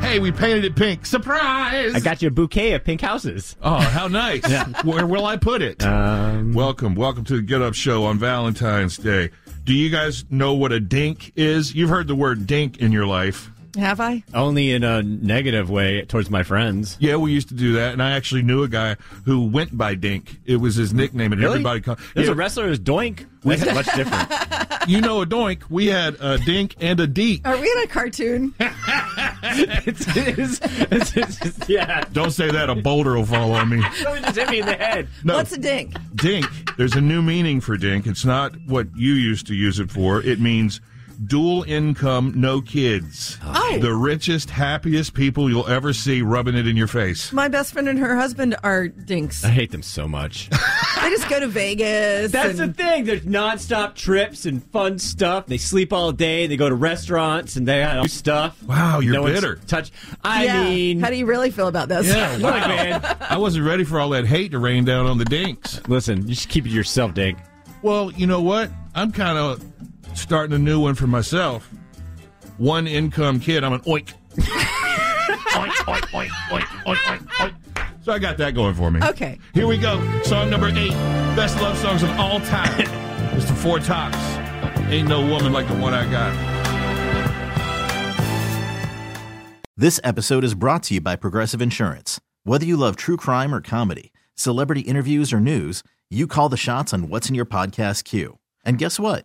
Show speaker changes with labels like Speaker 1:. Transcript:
Speaker 1: Hey, we painted it pink. Surprise!
Speaker 2: I got you a bouquet of pink houses.
Speaker 1: Oh, how nice. Where will I put it?
Speaker 2: Um,
Speaker 1: Welcome, welcome to the Get Up Show on Valentine's Day. Do you guys know what a dink is? You've heard the word dink in your life.
Speaker 3: Have I?
Speaker 2: only in a negative way towards my friends.
Speaker 1: Yeah, we used to do that, and I actually knew a guy who went by Dink. It was his nickname, and everybody called.
Speaker 2: There's
Speaker 1: Yeah,
Speaker 2: a wrestler who's Doink. That's much different.
Speaker 1: you know a doink. We had a Dink and a Deek.
Speaker 3: Are we in a cartoon?
Speaker 2: It's, it's, it's, it's- yeah.
Speaker 1: Don't say that; a boulder will fall on me.
Speaker 2: Someone just hit me in the head.
Speaker 1: No,
Speaker 3: What's a dink?
Speaker 1: dink. There's a new meaning for dink. It's not what you used to use it for. It means dual income, no kids.
Speaker 3: Oh.
Speaker 1: The richest, happiest people you'll ever see rubbing it in your face.
Speaker 3: My best friend and her husband are dinks.
Speaker 2: I hate them so much.
Speaker 3: They just go to Vegas.
Speaker 2: That's the
Speaker 3: and
Speaker 2: thing. There's nonstop trips and fun stuff. They sleep all day. They go to restaurants and they got all stuff.
Speaker 1: Wow, you're
Speaker 2: no one's
Speaker 1: bitter.
Speaker 2: Touch. I
Speaker 3: yeah.
Speaker 2: mean,
Speaker 3: How do you really feel about this?
Speaker 1: Yeah,
Speaker 2: look,
Speaker 1: wow.
Speaker 2: man.
Speaker 1: I wasn't ready for all that hate to rain down on the dinks.
Speaker 2: Listen, you should keep it to yourself, Dink.
Speaker 1: Well, you know what? I'm kind of starting a new one for myself. One income kid. I'm an oink. oink, oink, oink, oink, oink, oink, oink. So I got that going for me.
Speaker 3: Okay.
Speaker 1: Here we go. Song number eight. Best love songs of all time. it's the Four Tops. Ain't no woman like the one I got.
Speaker 4: This episode is brought to you by Progressive Insurance. Whether you love true crime or comedy, celebrity interviews or news, you call the shots on what's in your podcast queue. And guess what?